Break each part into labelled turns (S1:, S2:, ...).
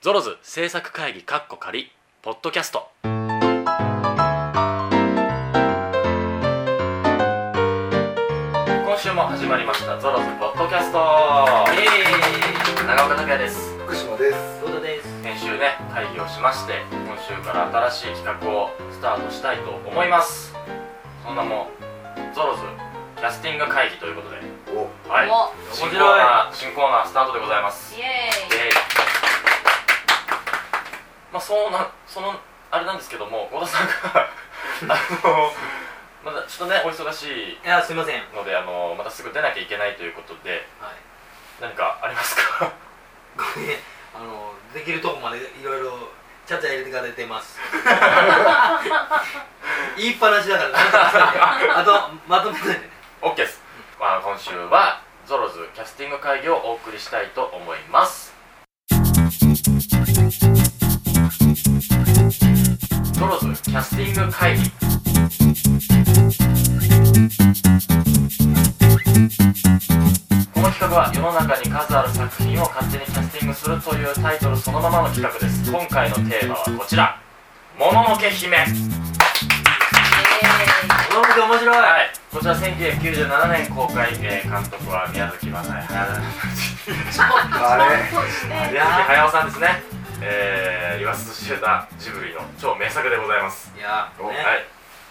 S1: ゾロズ制作会議カッコ仮ポッドキャスト今週も始まりましたゾロズポッドキャスト長岡拓也です
S2: 福島です
S3: どうだです。
S1: 先週ね会議をしまして今週から新しい企画をスタートしたいと思いますその名もゾロズキャスティング会議ということで
S2: お
S1: はい
S3: お
S1: 新コーナー新コーナースタートでございます
S3: イエーイ。
S1: でまあそうなそのあれなんですけども小田さんがあのまだちょっとねお忙しい
S3: いやすいません。はい。
S1: のであのまたすぐ出なきゃいけないということで何かありますか
S3: ごめん。あのできるとこまでいろいろちゃちゃ入れてから出て ます。言いっぱなしだからなんとかして。あとまとめてね。
S1: OK です、まあ、今週はゾロズキャスティング会議をお送りしたいと思いますゾロズキャスティング会議この企画は世の中に数ある作品を勝手にキャスティングするというタイトルそのままの企画です今回のテーマはこちら「もののけ姫」
S3: この見て面白い。
S1: はい、こちら1997年公開、えー、監督は宮崎雅駿
S2: あれ
S1: 宮崎駿さんですね、えー、言わずと知れたジブリの超名作でございます、
S3: いやね、
S1: はい、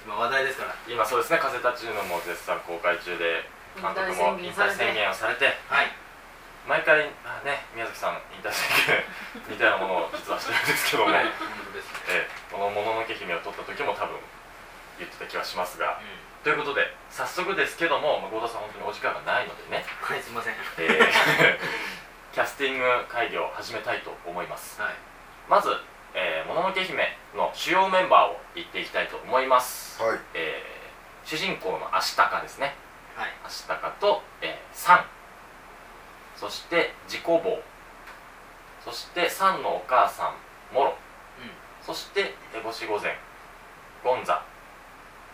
S3: 今話題ですから。
S1: 今そうですね「風立ちぬ」も絶賛公開中で監督も引
S4: 引
S1: 退
S4: 退
S1: 宣
S4: 宣
S1: 言をされて
S3: はい。
S1: 毎回あね宮崎さん引退宣言みたいなものを実はしてるんですけども、
S3: はい。
S1: えーこの「もののけ姫」を撮った時も多分言ってた気はしますがということで早速ですけども、まあ、郷田さん本当にお時間がないのでね
S3: はいすいません。
S1: えー キャスティング会議を始めたいと思います
S3: はい。
S1: まず「えーもののけ姫」の主要メンバーを言っていきたいと思います、
S2: はい
S1: えー主人公のアシタカですね
S3: はい。
S1: アシタカと、えーサンそして自己坊そしてサンのお母さんモロ
S3: うん。
S1: そして烏帽子御前ゴンザ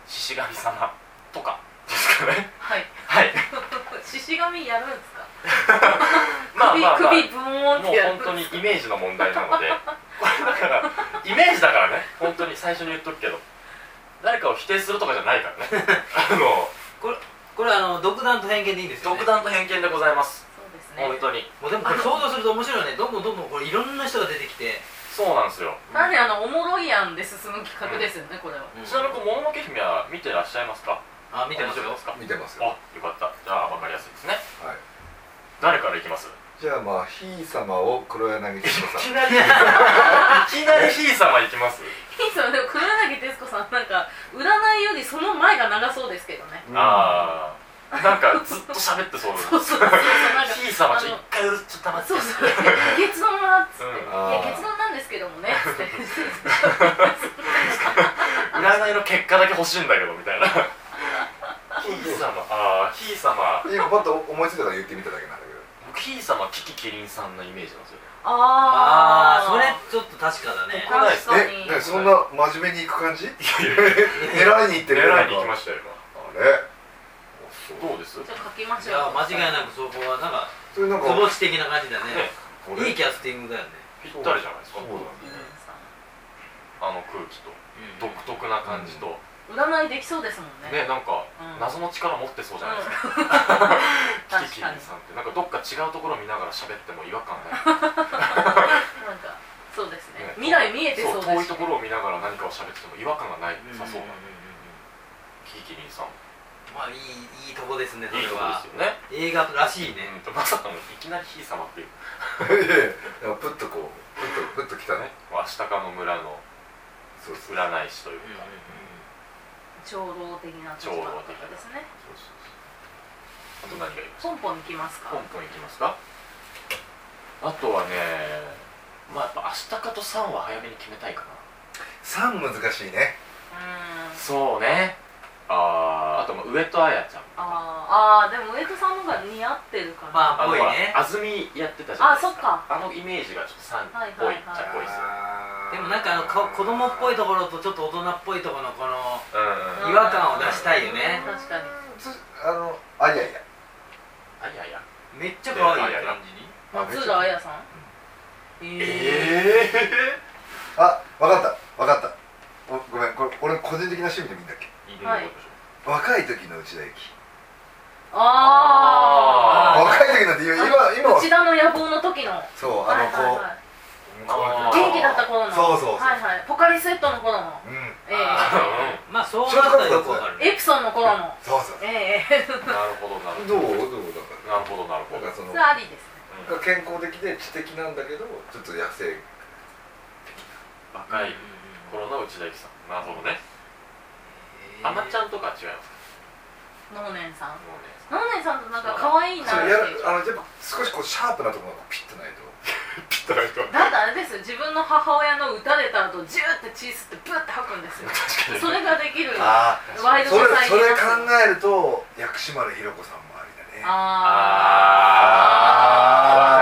S1: 獅子神様とかですかね
S4: はい。
S1: はい
S4: 獅子神やるんですか。
S1: まあまあまあ
S4: 首首ブーンっ
S1: も
S4: て
S1: う
S4: やる。
S1: 本当にイメージの問題なのでこれだからイメージだからね本当に最初に言っとくけど誰かを否定するとかじゃないからねあの
S3: これあの独断と偏見でいいんですよ、ね。
S1: 独。断と偏見でございます
S4: そうです
S1: 本
S4: ね。
S1: 当に
S3: もうでもこれ想像すると面白いよね。どんどんどんどんこれいろんな人が出てきて。
S1: そうなんですよ
S4: なんであのおもろいやんで進む企画ですよね、これは。
S3: うん
S1: ちなみにこうもののけ姫は見てらっしゃいますか
S3: あ見てます
S1: 面白い
S3: よ
S1: で。すか
S2: 見てます
S1: あ
S2: よは
S1: よかったじゃあ分かりやすいですね
S2: い
S1: 誰からいきます
S2: じゃあまあひい様を黒柳徹子
S1: い
S2: さ
S1: き
S2: ん
S1: なりいきなりひい様いきます
S4: いいですよね。でも黒柳徹子さんなんか占いよりその前が長そうですけどね。
S2: うん
S1: ああなんかずっと喋ってそう
S4: そうそうそうそうなんか。
S1: ひい様ちょっと一回うるっちょっと黙
S4: あ
S1: って
S4: そうそう。結論はっつって。
S1: うん
S4: い
S2: あー
S4: や結論なんですけどもね。つって。
S1: 占いの結果だけ欲しいんだけどみたいなひい様ああひい様
S2: 今パッと思いついたから言ってみただけなんだけ
S1: 僕ひい様キキキリンさんのイメージなんですよね
S4: あ
S3: ああ
S4: あ。
S3: それちょっと確かだね。
S1: こないで
S4: 確
S1: す
S4: か
S2: ど
S4: に。
S2: えねそんな真面目に行く 感じ狙いに行ってる
S1: 狙いに行きま
S2: し
S1: したよ
S2: あれ
S1: 今どうです
S4: ちょっと書きまし
S3: じ
S4: ょ
S3: ゃ
S4: う。
S3: あ間違いなくそこはなんか
S2: それなん
S3: く
S2: か
S3: ぼち的な感じだね
S1: ね
S2: 俺
S3: いいキャスティングだよね
S1: ぴったりじゃないですか
S2: そうだね
S4: いいですか
S1: あの空気と
S3: ど
S1: 独特な感じと
S4: 占いできそうですもんね。
S1: ねなんか
S4: うん
S1: 謎の力持ってそうじゃないですか
S4: うん
S1: キキキリンさんってなんかどっか違うところ見ながら喋っても違和感ない
S4: なんかそうですね
S1: ね
S4: 未来見えて
S1: そ
S4: そううだ
S1: 遠い
S4: し
S1: ところを見ながら何かを喋ってても違和感がないさそうな
S3: ま
S1: キキキリンさん
S3: あいいいいとこですねそ
S1: いい
S3: れ
S1: 人
S3: は
S1: ですよね
S3: 映画らしいね
S1: うんとまさかのいきなりひい様っていう
S2: いやいやなんかプッとこうプッとプッときたね
S1: ねアシタカの村の
S2: そうそう
S1: 占い師というか
S4: 長老的な立場の方ですね
S1: そうそうそうあと何がいます
S4: ポンポン行きます
S1: ポ
S4: か
S1: ンポンいきますかあとはねまあやっぱアシタカとサンは早めに決めたいかな
S2: 3難しいね
S4: うーん
S1: そうねあーあとまあ上戸彩ちゃん
S4: あーあーでも上戸さんの方が似合ってるから
S3: まあ
S1: あの
S3: ぽい
S1: ほら
S3: ね
S1: 安住やってたじゃないですか
S4: あそ
S1: あ
S4: っ
S1: のイメージがちょっとサンっぽいっちゃっぽいですよ
S2: あー
S3: でもなんかあのこ子供っぽいところとちょっと大人っぽいところのこの
S1: うんうん
S3: 違和感を出したいよね
S4: 確かに
S2: つあのあいやいや
S1: あいやいや
S3: めっちゃ可愛い感じに
S4: 松浦綾さんえ
S1: え
S2: あ分かった分かったおごめんこれ俺の個人的な趣味でもいいんだっけ
S4: はい
S2: 若い時の内田有紀
S4: あ
S1: あ
S4: あ
S2: 若い時なんて今今は
S4: 内田の野望の時の
S2: そう
S4: はい
S2: あ
S4: はい
S2: のこ
S4: は
S1: あー
S4: いう元気だった頃の
S2: そうそうそう
S4: はいはいポカリスエットの頃の
S2: うん
S4: え
S1: あ
S3: まあそうなったらよくわかる
S4: えエプソンの頃の
S2: そうそう
S4: ええ
S1: ーなるほどなるほ
S2: どうどうだか
S1: どなるほどなるほど
S2: らなんかその
S4: それありですね
S1: うん
S2: 健康的で知的なんだけどちょっと野生
S1: 若い頃の内田有紀さんなるほどねあまちゃんとかは違いますか
S4: 能年さん
S1: もうね
S4: 能年さんとなんか可愛いなっ
S2: そ
S4: て
S2: う
S4: い
S2: や
S4: う
S2: るあのやっぱ少しこうシャープなところがピッとないと
S1: ピッとな人
S4: だってあれですよ自分の母親の打たれた後ジューって血吸ってブーって吐くん ですよ
S1: 確
S4: そ
S1: かに
S4: れができる
S2: あ
S4: ワイ
S2: あ
S4: ル
S2: そ
S4: ド
S2: れ
S4: サイ
S2: そ
S4: ド
S2: れ考えると薬師丸ひろ子さんも ありだね
S4: あ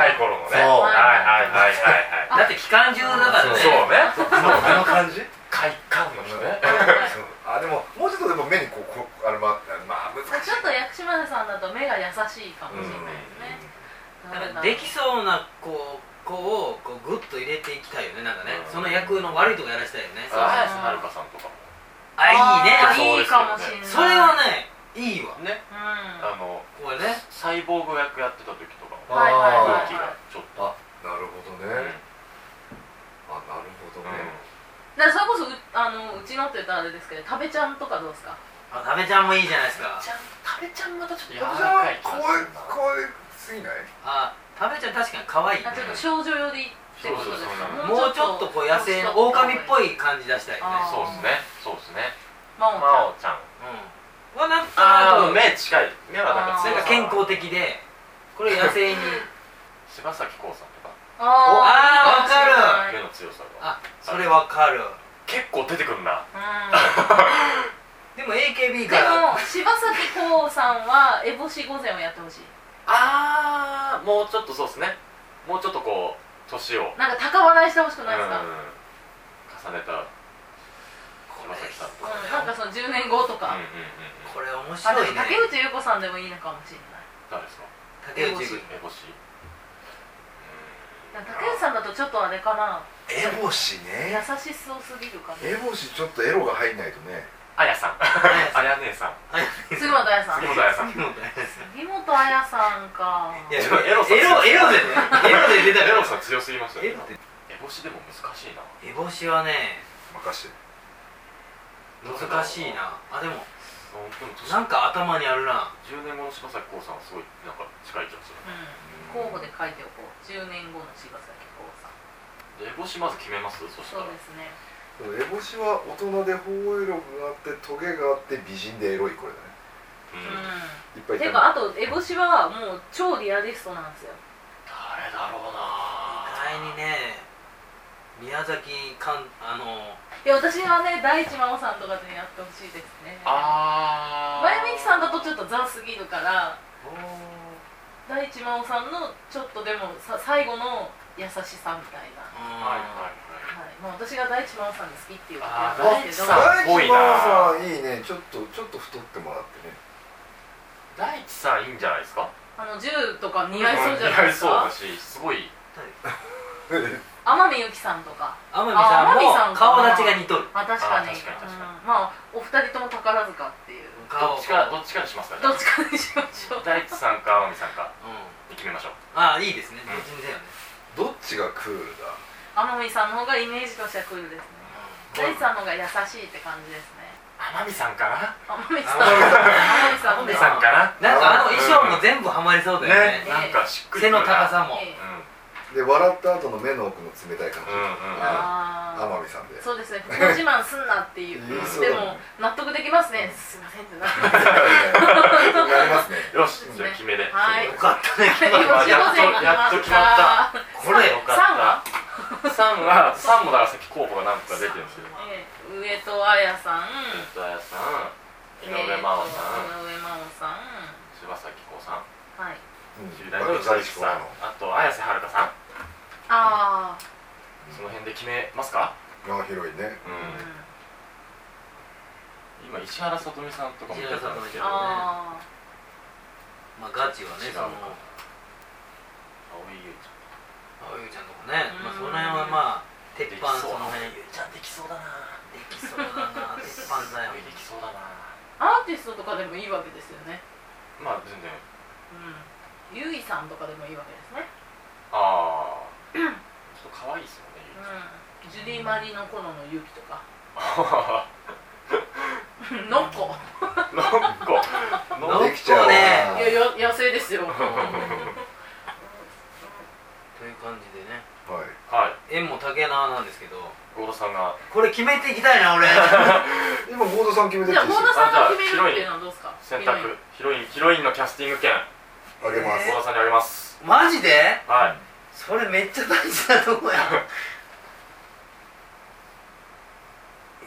S4: ー
S1: 若
S2: あ
S4: あ
S1: い頃のね
S2: そう
S1: はいはいはいはいはい
S3: だって期間中だからね
S1: そうね
S2: あの感じ
S1: 快感の人ね
S2: そうあでももうちょっとでも目にこうこうあれもあってまあ難しい
S4: ちょっと薬師丸さんだと目が優しいかもしれないですね、
S3: なんかできそうなこう子をこうグッと入れていきたいよねなんかねその役の悪いとこやらしたいよね
S1: そう早瀬はるかさんとかも
S3: あいいね
S4: いいかもしれない
S3: それはねいいわ
S1: ね
S4: うん
S1: あの
S3: これね
S1: サイボーグ役やってた時とかも
S4: はいはい
S1: 空
S4: は
S1: 気
S4: い、は
S1: が
S4: い
S1: ちょっと
S2: あなるほど
S1: うん
S2: ねあなるほどね
S4: だからそれこそうあのうちのって言ったらあれですけど食べちゃんとかどうですか
S3: あ食べちゃんもいいじゃないですか
S1: ちゃん食べちゃんまたちょっと柔
S2: じゃ
S1: ら
S2: あ
S1: かい気
S2: 怖
S1: が
S2: い
S1: するな
S2: 怖いすぎない
S3: あ食べちゃん確かに可愛いね
S4: あちょっと少女寄りってことですか
S1: そう
S3: もうちょっとこう野生の狼っぽい感じ出したいよね
S4: あ
S1: そうですねそうですね
S4: マオち
S1: 真
S4: ゃ
S1: 央ちゃん
S4: ん
S3: うんはなんと
S1: ああ
S3: なく
S1: 目近い目はなんか
S3: な
S1: 強
S3: ん
S1: い
S3: か健康的でこれ野 生に
S1: 柴咲コウさんとか
S3: あーわかる
S4: はい
S1: 目の強さが
S3: あそれわかる
S1: 結構出てくるな
S4: うん
S3: でも
S4: で
S3: AKB から
S4: も柴咲コウさんは烏帽子御前をやってほしい
S1: ああもうちょっとそうですねもうちょっとこう年をうん
S4: なんか高笑いしてほしくないですか、うん
S1: 重ねた
S3: これ
S1: 柴咲さんと
S4: なんかその10年後と
S1: うん
S4: か、
S1: うんうん
S3: これ
S4: あ
S3: 面
S4: で
S3: 白い
S4: も
S3: ね
S4: 竹内結子さんでもいいのかもしれない
S1: 誰ですか
S3: 竹内結子
S1: エボシ
S4: なんか竹内さんだとちょっとあれかな
S2: エボシ
S4: 優
S2: ね
S4: しそうすぎるかな
S2: エボシちょっとエロが入んないとね
S1: あやさん あや姉さん
S4: 杉本彩さん
S1: 杉本あやさん
S3: 杉本彩さん
S4: 杉本彩さんか
S3: いや
S1: ちょっとエロさ
S3: エ ロエロでねエロで出たか
S1: エ
S3: ら
S1: ロさ強すぎましたね
S3: エロで
S1: エボシでも難しいな
S3: 烏帽子はね
S2: 任して
S3: 難しいなあでも
S1: うんでも年
S3: なんか頭にあるな
S1: 10年後の柴咲コウさんはすごいなんか近い気がする
S4: うん候補で書いておこう10年後の柴咲コウさん
S1: エボシまず決めますそした
S4: そう
S1: ら
S4: ですね
S2: でもエボシは大人で包容力があってトゲがあって美人でエロいこれだね
S1: うん
S2: い
S4: う
S2: っぱい
S4: ん
S2: い
S4: て
S2: た
S4: かあと烏帽子はもう超リアリストなんですよ
S1: 誰だろうな
S3: 前にね宮崎かんあの
S4: いや私はね大地真央さんとかでやってほしいですね
S1: あ
S4: 前みきさんだ
S1: と
S4: とちょっとザすぎるから大地真央さんのちょっとでもさ最後の優しさみたいな、
S1: はい
S4: は
S1: はいはい
S4: いまあ、私が大地真央さんが好きっていうわけ
S1: あー
S4: なんですけど
S1: 大地さん
S2: 大
S1: ぽい
S2: 地真
S1: な
S2: 央さんいいねちょっとちょっと太ってもらってね
S1: い大地さんいいんじゃないですか
S4: あの銃とか似合いそうじゃないです
S1: 似合いそ
S4: か
S1: うだしすごい
S4: 天海祐希さんとか
S3: 天海
S4: あ天海さん
S3: さんも
S4: か
S3: 顔立ちが似とる
S4: あ確かに
S1: あ確かに確かに
S4: うんまあお二人とも宝塚っていう
S1: ど
S3: 顔
S1: っちかどっちかにしますかじゃ
S4: どっちかにしましょう
S1: あ大地さんか天海さんか
S3: うん
S1: に決めましょう
S3: ああいいですねどっちにせよね
S2: どっちがクールだ
S4: 天海さんの方がイメージとしてはクールですね
S3: うん
S4: 大地さんの方が優しいって感じですね
S1: 天海さんかな
S4: 天海さん天海さん
S1: 天
S4: で
S1: 海
S4: す
S1: さんかな
S3: なんかあの衣装も全部ハマりそうだよね
S4: ね
S1: なんかしっくり
S3: 背
S1: くるな
S3: の高さも
S4: ええ
S1: う
S2: で笑った後の目の奥の冷たい感じ、
S1: んうんうんうん
S4: あ
S2: 天海さんで
S4: ーそうですね不幸自慢すんなっていう
S2: い
S4: で
S2: や
S1: そう
S2: だね
S4: も納得できますねすいませんってなって
S2: なりますね
S1: よしじゃあ決めで
S4: はい
S1: そ
S3: よ
S1: う
S3: かった ね
S4: や
S1: やっと決まった
S4: た
S3: これ
S1: よかった3は3もだからさっき候補が何個か出てるんですよ
S4: ええ上戸彩さん
S1: 戸谷さん井
S4: え
S1: 上
S4: ーと
S1: 真央さん
S4: 井上真央さん
S1: 柴咲コウさん
S4: はい
S1: 10代の内田さんあと綾瀬はるかさん
S4: ああ
S1: その辺で決めますか
S2: あ広い
S1: う
S2: ね
S4: うん
S1: ん今石原さとみさんとかも出てたんですけど
S3: 石原さとみさん
S1: 青
S4: ああ
S3: まあガチはね
S1: 違う
S3: その
S1: のか井優ち
S3: あゆうちゃんとかね
S4: うん
S3: まあその辺はまあ鉄板
S1: そう
S3: その辺
S1: ゆうちゃんできそうだな
S3: できそうだな 鉄板だよ
S1: ゆうできそうだな
S4: アーティストとかでもいいわけですよね
S1: まあ全然
S4: うんゆいさんとかでもいいわけですね
S1: ああちょっと可愛いですよ ねゆうち
S4: うんジュディ・マリの頃のゆきと か
S1: ゃ
S4: のっこ
S1: ん なんかな
S3: な
S1: んん
S3: か
S1: か
S2: できちゃう
S3: ね
S4: いやよ野生です よ
S3: という感じでね
S2: はい
S1: はい
S3: 縁も竹縄なんですけど
S1: 郷田さんが
S3: これ決めていきたいな俺
S2: 今ボードさん決めて
S4: じ
S2: る
S4: ゃあ
S2: んです
S4: 本
S2: よ
S4: 田さんが決めるっていうのはどうですか
S1: 選択ヒロインヒロインのキャスティング権
S2: あげます
S1: 郷田さんにあります
S3: マジで
S1: はい
S3: それめっちゃ大事なとこやい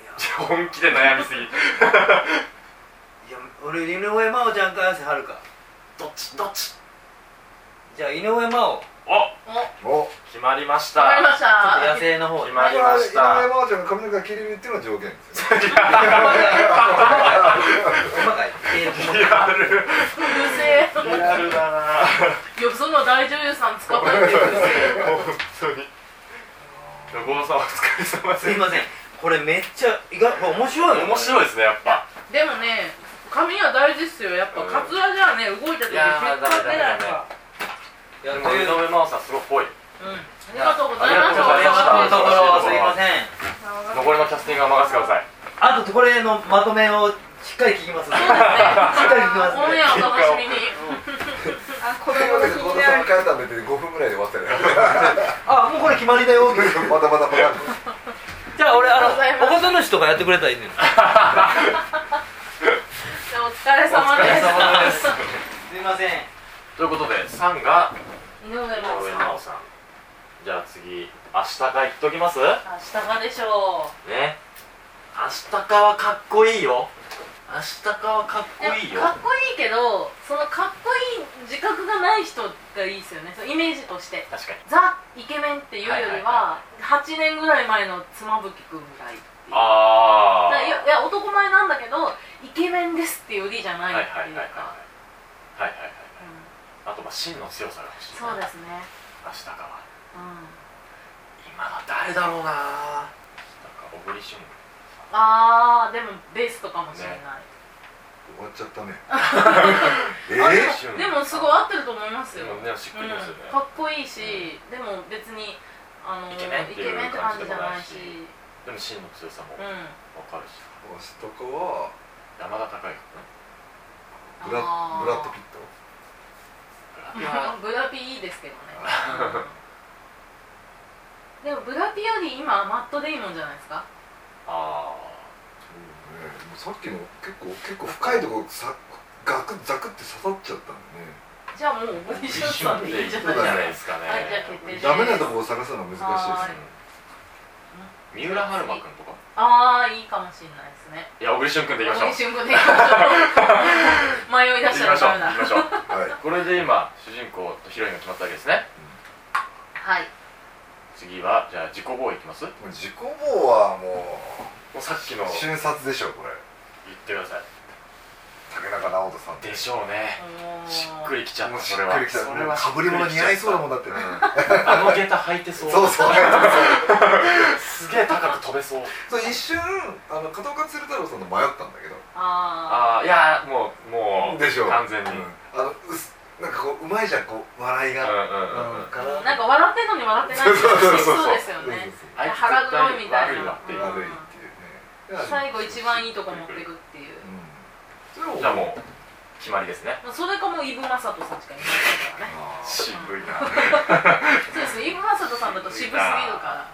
S3: や
S1: 本気で悩みすぎ
S3: いや俺井上真央ちゃんか綾瀬はるか
S1: どっちどっち
S3: じゃあ井上真央
S1: お
S4: おわ
S2: お
S1: 決まりました
S4: かりました
S3: 野生の方
S1: 決
S3: に
S1: まりまし
S2: これは井
S1: た
S2: 上真央ちゃんが髪の毛が切れるっていうのが条件ですよね
S3: 馬がいって
S1: リアル
S4: う
S1: リ
S4: る
S1: アルだな
S4: せえよその大女優さん使ったんです ようるせえ
S1: 本当に郷田さんお疲れ様です
S3: すいませんこれめっちゃ意外これ面白いよ
S1: 面白いですねやっぱ
S4: でもね髪は大事っすよやっぱ
S1: うん
S4: カツラじゃあね動いた時
S1: い
S4: に
S1: やー
S4: 結果出ないから
S3: いや
S1: で
S3: と
S1: も
S3: い
S1: 井
S3: うところ
S1: 上真央さんすごいぽい
S4: うんありがとうござい
S1: あ
S4: ま
S1: り
S4: し
S1: がとうございました
S4: た
S3: すいません
S1: 残りのキャスティングは任せてください
S3: あとこれのまとめをしっかり聞きます
S4: そうですね。この
S3: ねかり聞き
S4: 辺お楽しみに。
S5: あ、子
S2: という
S5: 供
S2: わ
S5: が
S2: けで近藤さん
S5: 気になる
S2: 帰ったんで5分ぐらいで終わったよ
S3: あもうこれ決まりだよ
S2: またまたまた
S3: じゃあ俺あの
S4: ありがとうございます
S3: おこと主とかやってくれたらいいね
S4: じゃあお疲れ様で
S1: お疲
S4: す。
S1: れ様です
S3: すいません
S1: ということで3が
S4: 井上
S1: 井
S4: 真央
S1: 上
S4: さ
S1: 真
S4: ん
S1: 央さんじゃあ次明日か行っときます
S4: あ下がでしょう。
S1: ね明日かはかっこいいよ明日かはかっこいいよ
S4: かっこいいけど、そのかっこいい自覚がない人がいいですよね。そのイメージとして。
S1: 確かに
S4: ザ・イケメンっていうよりは、8年ぐらい前の妻夫木君がいいっていう。
S1: ああ
S4: だからいやいや男前なんだけどイケメンですっていうよりじゃ
S1: は
S4: な
S1: いい
S4: っ
S1: はい
S4: て
S1: はいはいはいいうはいはいはいあ
S4: か、うん
S1: とまあ真の強さが欲しい
S4: そうですね、
S1: 明日かは
S4: うん、
S1: 今は誰だろうななんか小栗旬
S4: あーでもベースとかもしれない、
S1: ね
S2: 終わっちゃったねえー
S4: あ
S1: 瞬
S4: でもでもすごい合ってると思いますよ、
S1: もねしっくりですよね
S4: うん、かっこいいし、でも別にあの
S1: イケメンっ
S4: イ
S1: ていう
S4: ケメンって感じじゃないし
S1: 感じででも真の強さも
S4: うん
S1: わかるし
S2: 明日かは
S1: 山田孝之
S2: ブラ
S4: あー
S2: ブラッド・ピット
S1: 君
S4: まあブラピいいですけどね、うんでもブラピより今マット・デイモンじゃないですか
S1: あ
S2: そうねもうさっきの結構結構深いところさガクザクって刺さっちゃったんでね
S4: じゃあもうオーディションさんでいいんじゃない
S2: オーディションさ
S1: ないですか
S2: ん
S1: ね
S4: はいじゃあ決定です
S2: ダメなところを探すのは難しいですね
S1: 三浦春馬くんとか
S4: ああいいかもしれないですね
S1: いや小栗旬くんでいきましょう
S4: 一瞬後でいきましょう迷い出
S1: 行き
S4: したら
S1: ましょう
S4: ダ
S1: 行きましょう
S2: はい
S4: メだ
S1: これで今主人公とヒロインが決まったわけですね
S4: はい
S1: 次はじゃあ自己防衛いきますも
S2: もう自己防はも
S1: うさっきの
S2: う
S1: 言っ
S2: 瞬殺でしょこれ
S1: てくださ
S2: 竹中直人さん
S1: いでしょうね
S4: おー
S1: しっくりきちゃっ
S2: も
S1: た
S2: うし
S1: それ
S2: っ
S1: は
S2: くりきた
S1: そ
S2: も
S1: れ
S2: う
S1: は
S2: かぶり物似合いそうだもんだってね
S1: あの下駄履いてそ
S2: そううそう
S1: すげえ高く飛べそう
S2: そう一瞬あの片岡鶴太郎さんの迷ったんだけど
S1: あ
S4: あ
S1: あいやもうもう
S2: でしょ
S1: 完全に
S2: う
S1: うんんうん
S2: あのうすなんかこううまいじゃんこう笑いが、
S1: うんうん
S2: うんか
S4: あ
S2: な
S4: なんか笑ってんのに笑ってないって
S2: そうそうそうそう
S4: そうですよね
S1: あいつ
S4: 腹
S1: 絶
S4: 黒い
S1: 対
S4: みたいな
S1: 悪いわっていう
S4: うん
S2: 悪いっていうね
S4: 最後一番いいとこ持って
S2: うん
S4: くっていう
S2: それ
S1: じゃあ
S2: は
S1: もう決まりですね
S4: まあそれかもうイブ・マサトさんしかいないからね
S2: あー
S1: 渋いな
S4: そうですねイブ・マサトさんだと渋すぎるから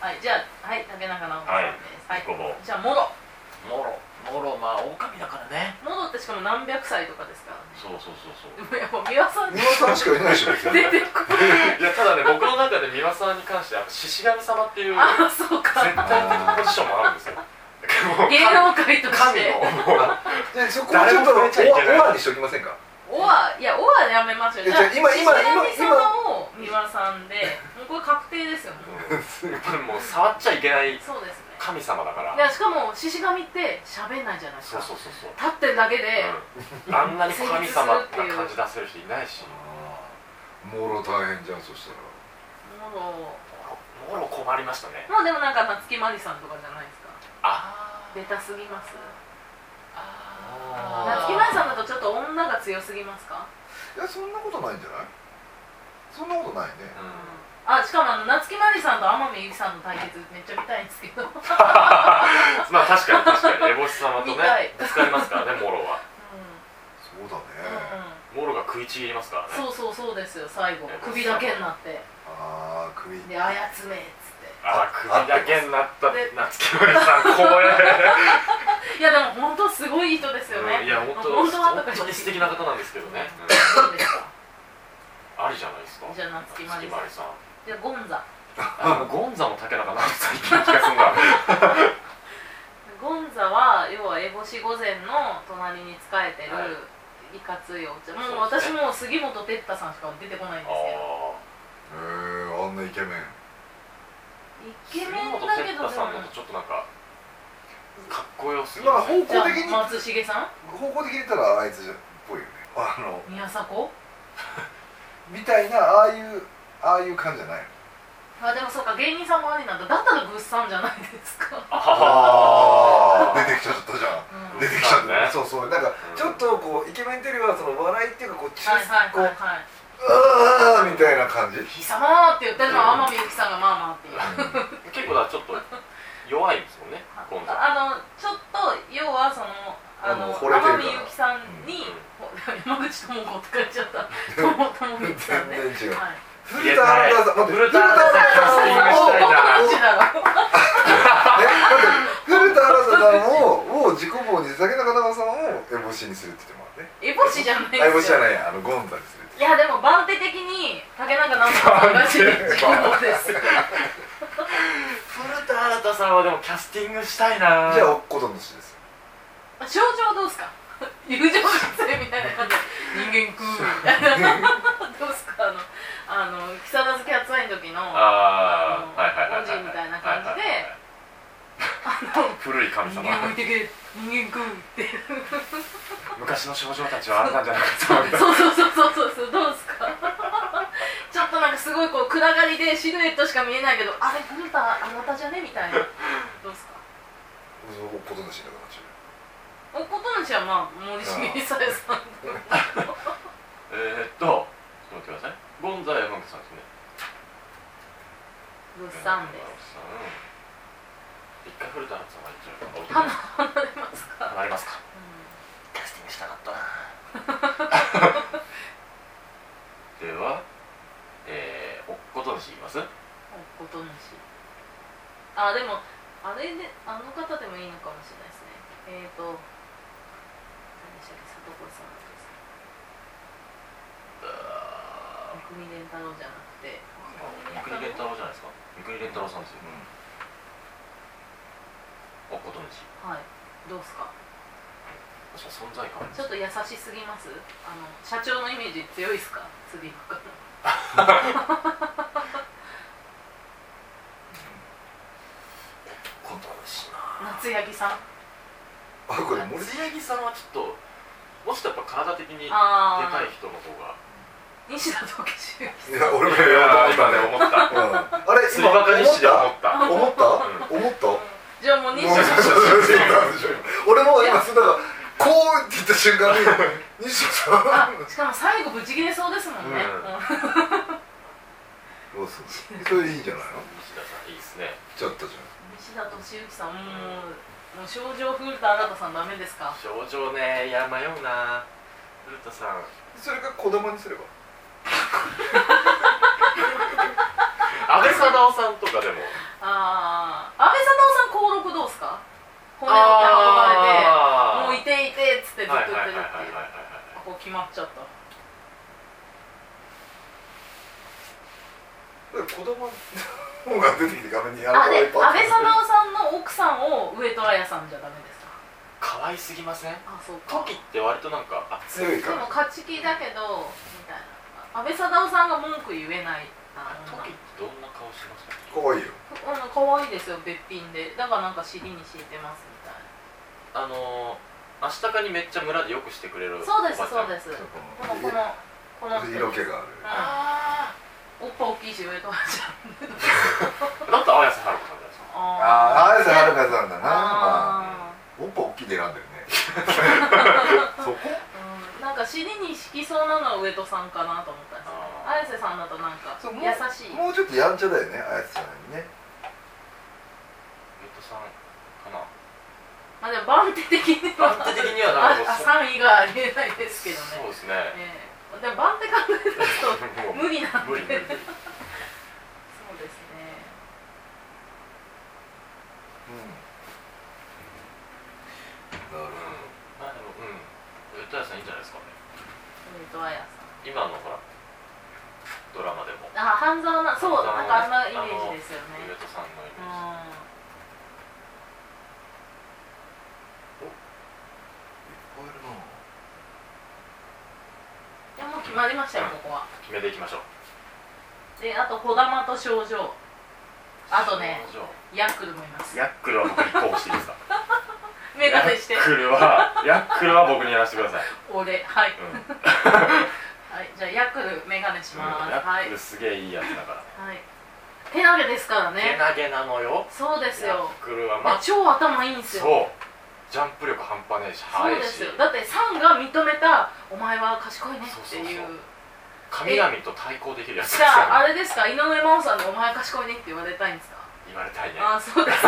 S4: はいじゃあはい竹中直人さんですはい、
S1: ごぼう
S4: じゃあモロ
S1: もろもろまあ狼だからね
S4: モロってしかも何百歳とかですからね
S1: そうそうそうそう
S4: でもやっぱ美輪さん
S2: 三輪さんしかいないでしょ別に
S4: 出てこない
S1: いやただ ね僕の中で三輪さんに関しては獅子神様っていう絶
S4: あそうか
S1: 対的ポジションもあるんですよもう
S4: 芸能界とし
S1: 神
S4: て
S1: のもう
S2: でそこはちょ
S1: 誰
S2: っと
S1: も触れちゃいけない
S2: オアオアにしときませんか
S4: オアいやオアやめましょう
S2: えじゃあ今今今
S4: 石神様を美輪さんでもうこれ確定ですよね
S1: もう触っちゃいけない
S4: そうですね
S1: 神様だから
S4: いやしかも獅子神って喋んないじゃないです
S1: そう
S4: か
S1: そうそうそう、
S4: 立ってるだけで、
S1: うん、あんなに神様な感じ出せる人いないし
S2: あーもろ大変じゃんそしたら
S4: もう
S1: もろころ困りましたね
S4: もうでもなんか夏木マリさんとかじゃないですか
S1: あ
S4: ベタすぎます
S1: あ
S4: 夏木マリさんだとちょっと女が強すぎますか
S2: いやそんなことないんじゃないそんなことないね
S4: あしかもあの夏木マリさんと天海祐希さんの対決めっちゃ見たいんですけどうん
S1: まあ確かに確か にエボシ様とね
S4: 見たい
S1: ぶつかりますからねモロは
S2: そうだ
S4: うん
S2: ね、
S1: モロが食いちぎりますからね
S4: そうそうそうですよ最後首だけになって
S2: ああ首
S4: で「あやつめ」っつって
S1: ああ首だけになった
S4: で
S1: 夏木マリさん怖え
S4: いやでも本当すごいいい人ですよね、
S1: いや本当
S4: 本当はと
S1: 本
S4: か
S1: 当に素敵な方なんですけどね
S4: そうですか
S1: うんありじゃないですか
S4: じゃあ夏木マ
S1: 夏木
S4: リ
S1: マ
S4: さん
S1: リさん
S4: じゃあゴンザ
S1: あゴンザも竹中直樹さんい気がするな
S4: ゴンザは要は烏帽子御前の隣に仕えてる、
S1: はい
S4: い、かついお茶もう
S1: そうです
S4: 私
S1: ね
S4: もう杉本哲太さんしか出てこないん
S1: あ
S4: です
S2: へえあんなイケメン
S4: けどイケメ
S1: 杉本
S4: ンだけ
S1: 哲太
S4: ど
S1: さん
S4: でも
S1: だとちょっとなんかかっこよすぎ
S2: まあ
S1: ま
S2: 方
S1: せん
S2: 向的に
S4: じゃあ松重さん
S2: 方向的に言ったらあいつじゃっぽいよねあの
S4: 宮迫
S2: みたいなああいうああいう感じじゃないの
S4: あでもそうか芸人さんもありなんだだったらグッサンじゃないですか、
S1: あ
S2: 出てきちゃったじゃん
S4: うん
S2: 出てきちゃった
S1: ね
S2: そうそうなんかちょっとこうイケメンっていうよりはその笑いっていうかこう中
S4: はい
S2: こ
S4: はい
S2: うあーみ
S4: はいはい
S2: たいな感じ
S4: 「貴様!」って言ってるのは天海祐希さんが「まあまあ」っ
S1: 結
S4: ていう
S1: 構だからちょっと弱いんですもんねゴンザ
S4: あのちょっと要はそのあの
S2: もう惚れてるから
S4: 天海祐希さんに、山口智子って書いちゃった友友光さん ね
S2: 全然違う
S4: はい
S2: 古田新太さん待っ
S1: 古田
S2: て
S1: 新太さんキャスティングしたい
S4: どっ
S1: な
S4: ちだろう
S2: 古田新太さんをを自己棒に酒中直さんを烏帽子にするって言ってもらって
S4: エボシじゃないですよ
S2: 烏帽子じゃないやあのゴンザにするって
S4: いやでも番手的に竹中直人さんらしい自分です
S1: 古田新太さんはでもキャスティングしたいな
S2: じゃあおっことのしです
S4: 症状どうすか 友情女性みたいな感じ人間食うみたいなどうすかあのあの木更津キャッツアイの時のあ
S1: ああはいはいはい
S4: 文字みたいな感じ
S1: は
S4: で
S1: いはいはい
S4: の
S1: 古い神
S4: 人
S1: 様
S4: 間置いてけ人間食うって
S1: 昔の少女たちはあれなんじゃなかったみたいな
S4: そうそうそうそうそうそうどうですかちょっとなんかすごいこう暗がりでシルエットしか見えないけどあれ古田あなたじゃねみたいなどうですか
S2: おっことのしだから中
S4: おことんちはまあ森重久代さんと
S1: えーっとちょっと待ってくださいゴンザ山口さんですね
S4: 物産で
S1: 一回古田新太さんが言っちゃう
S4: 花離れますか、
S1: なりますか
S4: う
S1: キャスティングしたかったなではえー、おっことにし言います
S4: ん、おことんちあでもあれであの方でもいいのかもしれないですねえっ、ー、と何でしたっけ里子さんだったです
S1: あ
S4: 三國連太郎じゃなくて
S1: ー三國連太郎じゃないですか三國連太郎さんですよおっことにし
S4: はいどうですか
S1: 確かに存在感
S4: ちょっと優しすぎますあの社長のイメージ強いですか次の方
S1: ことにしな
S4: 夏八木さん
S2: あこれ森
S1: 森柳さんはちょっともうちょっとやっぱ体的にでか
S4: ああ
S1: い人の方が
S4: 西田時之
S2: いや俺も
S1: いやー今ね
S2: 今ね
S1: 思 った
S2: うんあれ
S1: 釣
S2: 今
S1: りバカ日誌で思っ
S2: 思っ
S1: た
S2: た思った思った
S4: じゃあもう西
S1: そ
S4: 田
S1: う そうそう
S2: 俺も今すんだからこうって言った瞬間に西田さん
S4: あしかも最後ブチ切れそうですもんね、
S1: う
S2: どうするそれでいいんじゃないの
S1: 西田さんいいですね
S2: ちょっとじ
S4: 西田敏行さんもうもう症状古田新太さんダメですか
S1: 症状ねいや迷うな古田さん
S2: ゃんそれが子供にすれば
S1: 安倍貞夫さんとかでも
S4: ああ安倍貞夫さん登録どうすか骨を運ばれてもうい
S1: て
S4: ていてっつってずっと言
S1: はいはいは
S4: って
S1: い
S4: る
S1: はい
S4: っていう
S1: はい
S4: あこう決まっちゃった
S2: だから子供の方が出てきて画面にや
S4: あで
S2: い
S4: 安倍貞夫さんの奥さんを上戸彩さんじゃダメですか
S1: 可愛すぎません
S4: あそうか
S1: 時って割となんかあ
S2: 強い
S4: で
S2: か
S4: も
S2: ら
S4: 勝ち気だけどみたいな安倍貞夫さんが文句言えないあの
S1: 時ってどんな顔しますか
S2: かわいいよ
S4: うん可愛いですよべっぴんでだからなんか尻に敷いてますみたいな
S1: あのー、明日かにめっちゃ村でよくしてくれる
S4: そうです
S1: おばちゃ
S4: そ
S1: ん
S4: うですこのこ
S2: こ
S4: のこの
S2: の
S4: 人
S2: 色気がある
S4: あ
S1: あ
S4: おっぱ大きいし上とかじゃん
S1: だったら綾瀬はるかさんじゃないですか
S2: ああ綾瀬はるかさんだなまあ
S4: あ
S2: おっぱ大きいで選んでる ねそこ
S4: ーうんなんか尻に敷きそうなのは上戸さんかなと思ったんですよね
S1: あ
S4: 綾瀬さんだとなんか
S2: そうもう
S4: 優しい
S2: もうちょっとやんちゃだよね綾瀬さんに
S1: ー
S2: ね
S1: 上戸さんかな
S4: まあでも番手的には
S1: 番手的には
S4: あ
S1: なるほどそ
S4: 3位がありえないですけど
S1: そう
S4: ね
S1: ですね
S4: ええでも番手考え出すと
S1: もう
S4: 無理なんで
S1: 無理無理無理
S4: そうですね
S2: うんな
S1: う
S2: る
S1: んまあでもうん上戸彩さんいいんじゃないですかね
S4: 上戸彩さん
S1: 今のほらドラマでも
S4: あ半沢なそうなんかあんなイメージですよ
S1: 上
S4: ね
S1: 戸さんのイ
S4: う
S1: メージ
S4: ん
S2: ほどいっぱいいるない
S4: やもう決まりましたよここは
S1: 決めていきましょう
S4: であと児玉と症状あとね
S1: 症状
S4: ヤックルもいます
S1: ヤックルは僕に候補していい ですか
S4: メガネして
S1: ヤックルはヤックルは僕にやらせてください、
S4: 俺はい
S1: うん、
S4: はいじゃあヤックルメガネします
S1: ヤ
S4: は
S1: ッ
S4: い
S1: クルすげえいいやつだから
S4: はい手投げですから
S1: け
S4: ね
S1: なげなのよ
S4: そうです
S1: ヤ
S4: よ
S1: ックルはま
S4: まあ超頭いいんです
S1: そう
S4: よ
S1: ジャンプ力半端ねえし
S4: そう
S1: 速い
S4: で
S1: し
S4: すよだってサンが認めた「お前は賢いね」って
S1: そうそう
S4: い
S1: そう
S4: う
S1: 神々と対抗できるやつ
S4: じゃああ
S1: れ
S4: れですか井上真央さんに「お前賢いね」って言われたいんですか
S1: 言われたいね
S4: あーそうです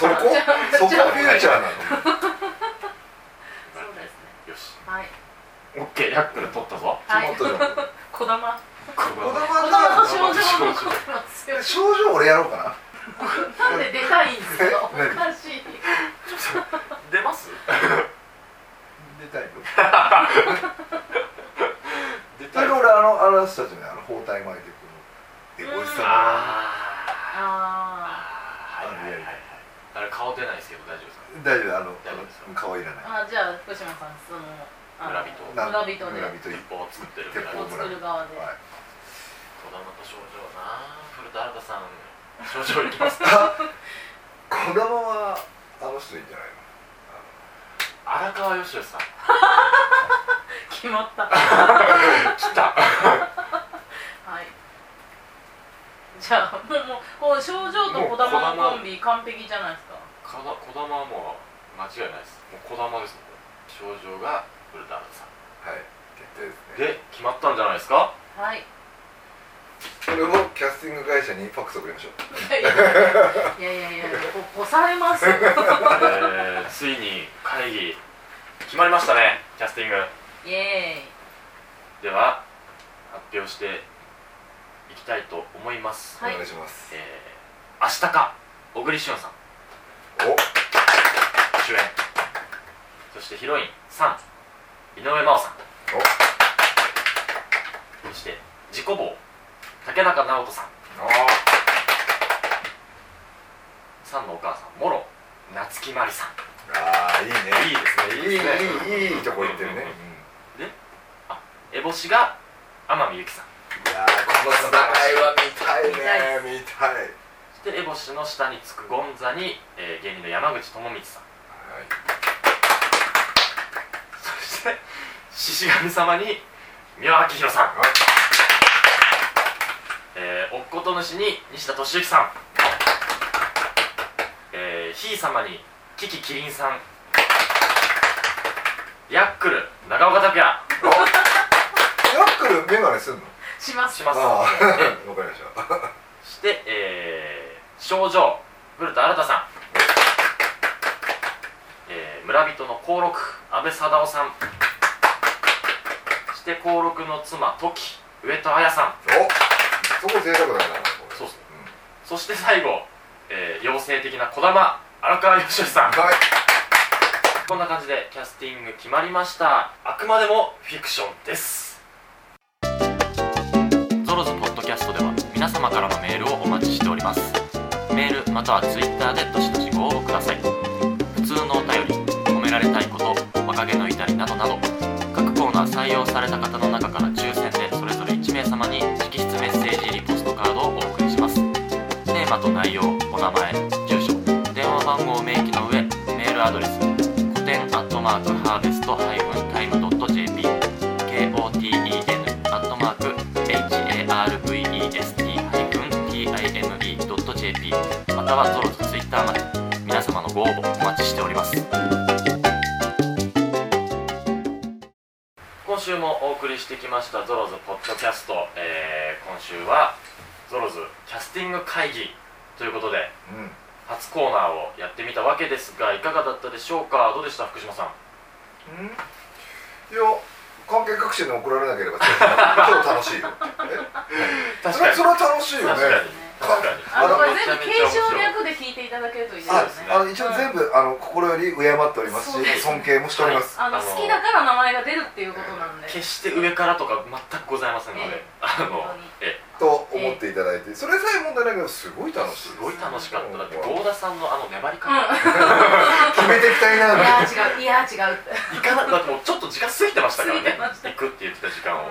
S2: そ こ
S4: じゃあ
S2: そこ
S4: じゃあ
S2: フューチャーなの
S1: 言わ
S4: そう
S1: れたい
S4: ですね
S1: よし
S4: はい
S1: オッケーヤックル取ったぞ
S4: はい
S2: 決まったじゃん
S4: 児玉
S1: こ
S2: 子
S1: こは
S2: 供
S4: 児玉と
S2: は
S4: 症状のことなんですよ
S2: 症状俺やろうか
S4: なんで出たいんですかお
S2: え
S4: かしい
S1: 出ます
S2: な出たいよ
S1: 出たい
S2: それで俺あのあの人たちねあの包帯巻いてくるえおじさんは
S1: あーあ
S4: あ
S1: ーはいはいはいはいあれ顔出ないですけど大丈夫ですか
S2: 大丈夫あの
S1: 大丈夫ですか
S2: 顔いら
S4: ー
S2: ない
S4: あーじゃあ福島さんそのあの
S1: 村人
S2: な
S4: 村人
S2: 村
S4: で
S1: 鉄
S2: 人
S1: 砲を作ってるぐ
S2: 鉄
S1: らい児
S2: 砲
S4: を作る側で、
S2: はい
S1: 玉と少女な古田新太さん少女行きます
S2: あ子供はあの人いいんじゃないの
S1: 荒川よしよしさん
S4: 決まった
S1: 来た
S4: はいじゃあもうもうこう症状と児玉のコンビ完璧じゃないですか
S1: かだ児玉はもう間違いないですもう児玉ですもん少女が古田新太さん
S2: はい決定で
S1: で
S2: すね
S1: 決まったんじゃないですか
S4: はい
S2: これをキャスティング会社にファックス送りましょう
S4: いやいやいやいやいやこ干されますよ
S1: えー、ついに会議決まりましたねキャスティング
S4: イエーイ
S1: では発表していきたいと思います、
S4: はい
S2: お願いします
S1: えー、明日か小栗旬さん
S2: お
S1: 主演そしてヒロイン3井上真央さんそして自己棒竹中直人さん
S2: あ
S1: 3のお母さんもろ夏木マリさん
S2: あーいいね
S1: いいですね
S2: い
S1: い
S2: い
S1: いですね
S2: いいいいとこ行ってる
S1: うん
S2: ね、
S1: うん
S2: うん
S1: 烏帽子が天海祐希さん
S2: いやーこの戦いは見たいね見たい
S1: そして烏帽子の下につくゴンザに、えー芸人の山口智光さんそして獅子神様に宮脇宏さん、えー、おっこと主に西田敏行さんえー、ひい様にキキキリンさんヤックル長岡拓也
S2: ヤックルメガネすんの
S4: します
S1: します
S2: ああ
S1: え
S2: わかりました
S1: そして、えー、少女古田新太さん、えー、村人の幸六安倍貞夫さんそして幸六の妻時上戸彩さん
S2: おそこ贅沢だな
S1: そうっすねそして最後、えー、妖精的な児玉荒川よしよしさん
S2: はい
S1: こんな感じでキャスティング決まりましたあくまでもフィクションですゾロズポッドキャストでは皆様からのメールをお待ちしておりますメールまたはツイッターでどしどしご応募ください普通のお便り褒められたいこと若気の至りなどなど各コーナー採用された方の中から抽選でそれぞれ1名様に直筆メッセージリポストカードをお送りしますテーマと内容お名前住所電話番号を明記の上メールアドレス古典アットマークハーベストハイフンタイムドット JP KOTEN アットマーク HARVEST タはゾロとツイッターまで皆様のご応募お待ちしております今週もお送りしてきましたゾロズポッドキャスト、えー今週はゾロズキャスティング会議ということで
S2: うん
S1: 初コーナーをやってみたわけですがいかがだったでしょうかどうでした福島さん
S2: うんいや関係各社に怒られなければ超楽しいよえそれはそれは楽しいよ
S1: 確か
S2: ね
S1: に
S2: か
S1: 確かに
S4: あのこれ全
S1: めちゃめちゃ
S4: 部継
S1: 面白
S4: 承
S1: い
S4: 略で聞いていただけるといいですよ
S2: あ
S4: ね
S1: そうですね
S2: あの一応全部あの心より敬っておりますし
S4: そうです
S2: 尊
S4: ね
S2: 敬もしております
S4: あの
S1: あの
S4: 好きだから名前が出るっていうことなんで
S1: 決して上からとか全くございませんので、
S4: ええ
S1: あの
S4: 本当に
S1: え
S2: と思っていただいてそれさえ問題ないけどすごい楽
S1: え
S2: しい
S1: す
S2: です
S1: ごい楽しかっただって
S2: うん
S1: 郷田さんのあの粘り
S4: う
S1: 方、
S4: ん
S2: 決めていきたい
S4: い
S2: な
S4: や違ういや違うって
S1: 行かなだってもうちょっと時間過ぎてましたから
S4: 過ぎ
S1: ね
S4: てました
S1: 行くって言ってた時間を、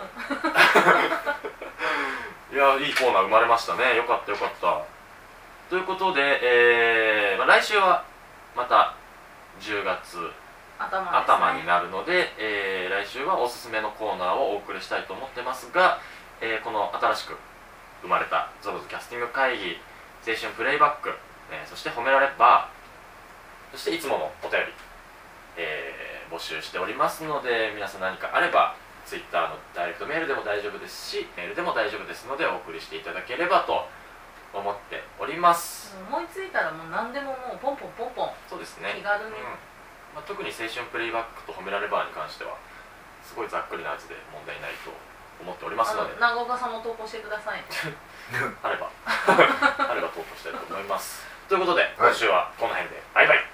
S1: いやいいコーナー生まれましたねよかったよかったということで、えーまあ、来週はまた10月
S4: 頭ですね
S1: 頭になるので、えー来週はおすすめのコーナーをお送りしたいと思ってますが、えーこの新しく生まれた「ゾロズキャスティング会議」「青春プレイバック」えーそして「褒められバー」そしていつものお便り、えー募集しておりますので皆さん何かあれば Twitter のダイレクトメールでも大丈夫ですしメールでも大丈夫ですのでお送りしていただければと思っております、
S4: 思いついたらもう何でももうポンポンポンポン
S1: そうですね
S4: 気軽
S1: う
S4: に
S1: んまあ、特に青春プレイバックと褒められバーに関してはすごいざっくりなやつで問題ないと思っております
S4: あ
S1: の
S4: の
S1: であ
S4: 長岡さんも投稿してくださいね
S1: ればあれば投稿したいと思いますということで
S2: はい
S1: 今週はこの辺でバイバイ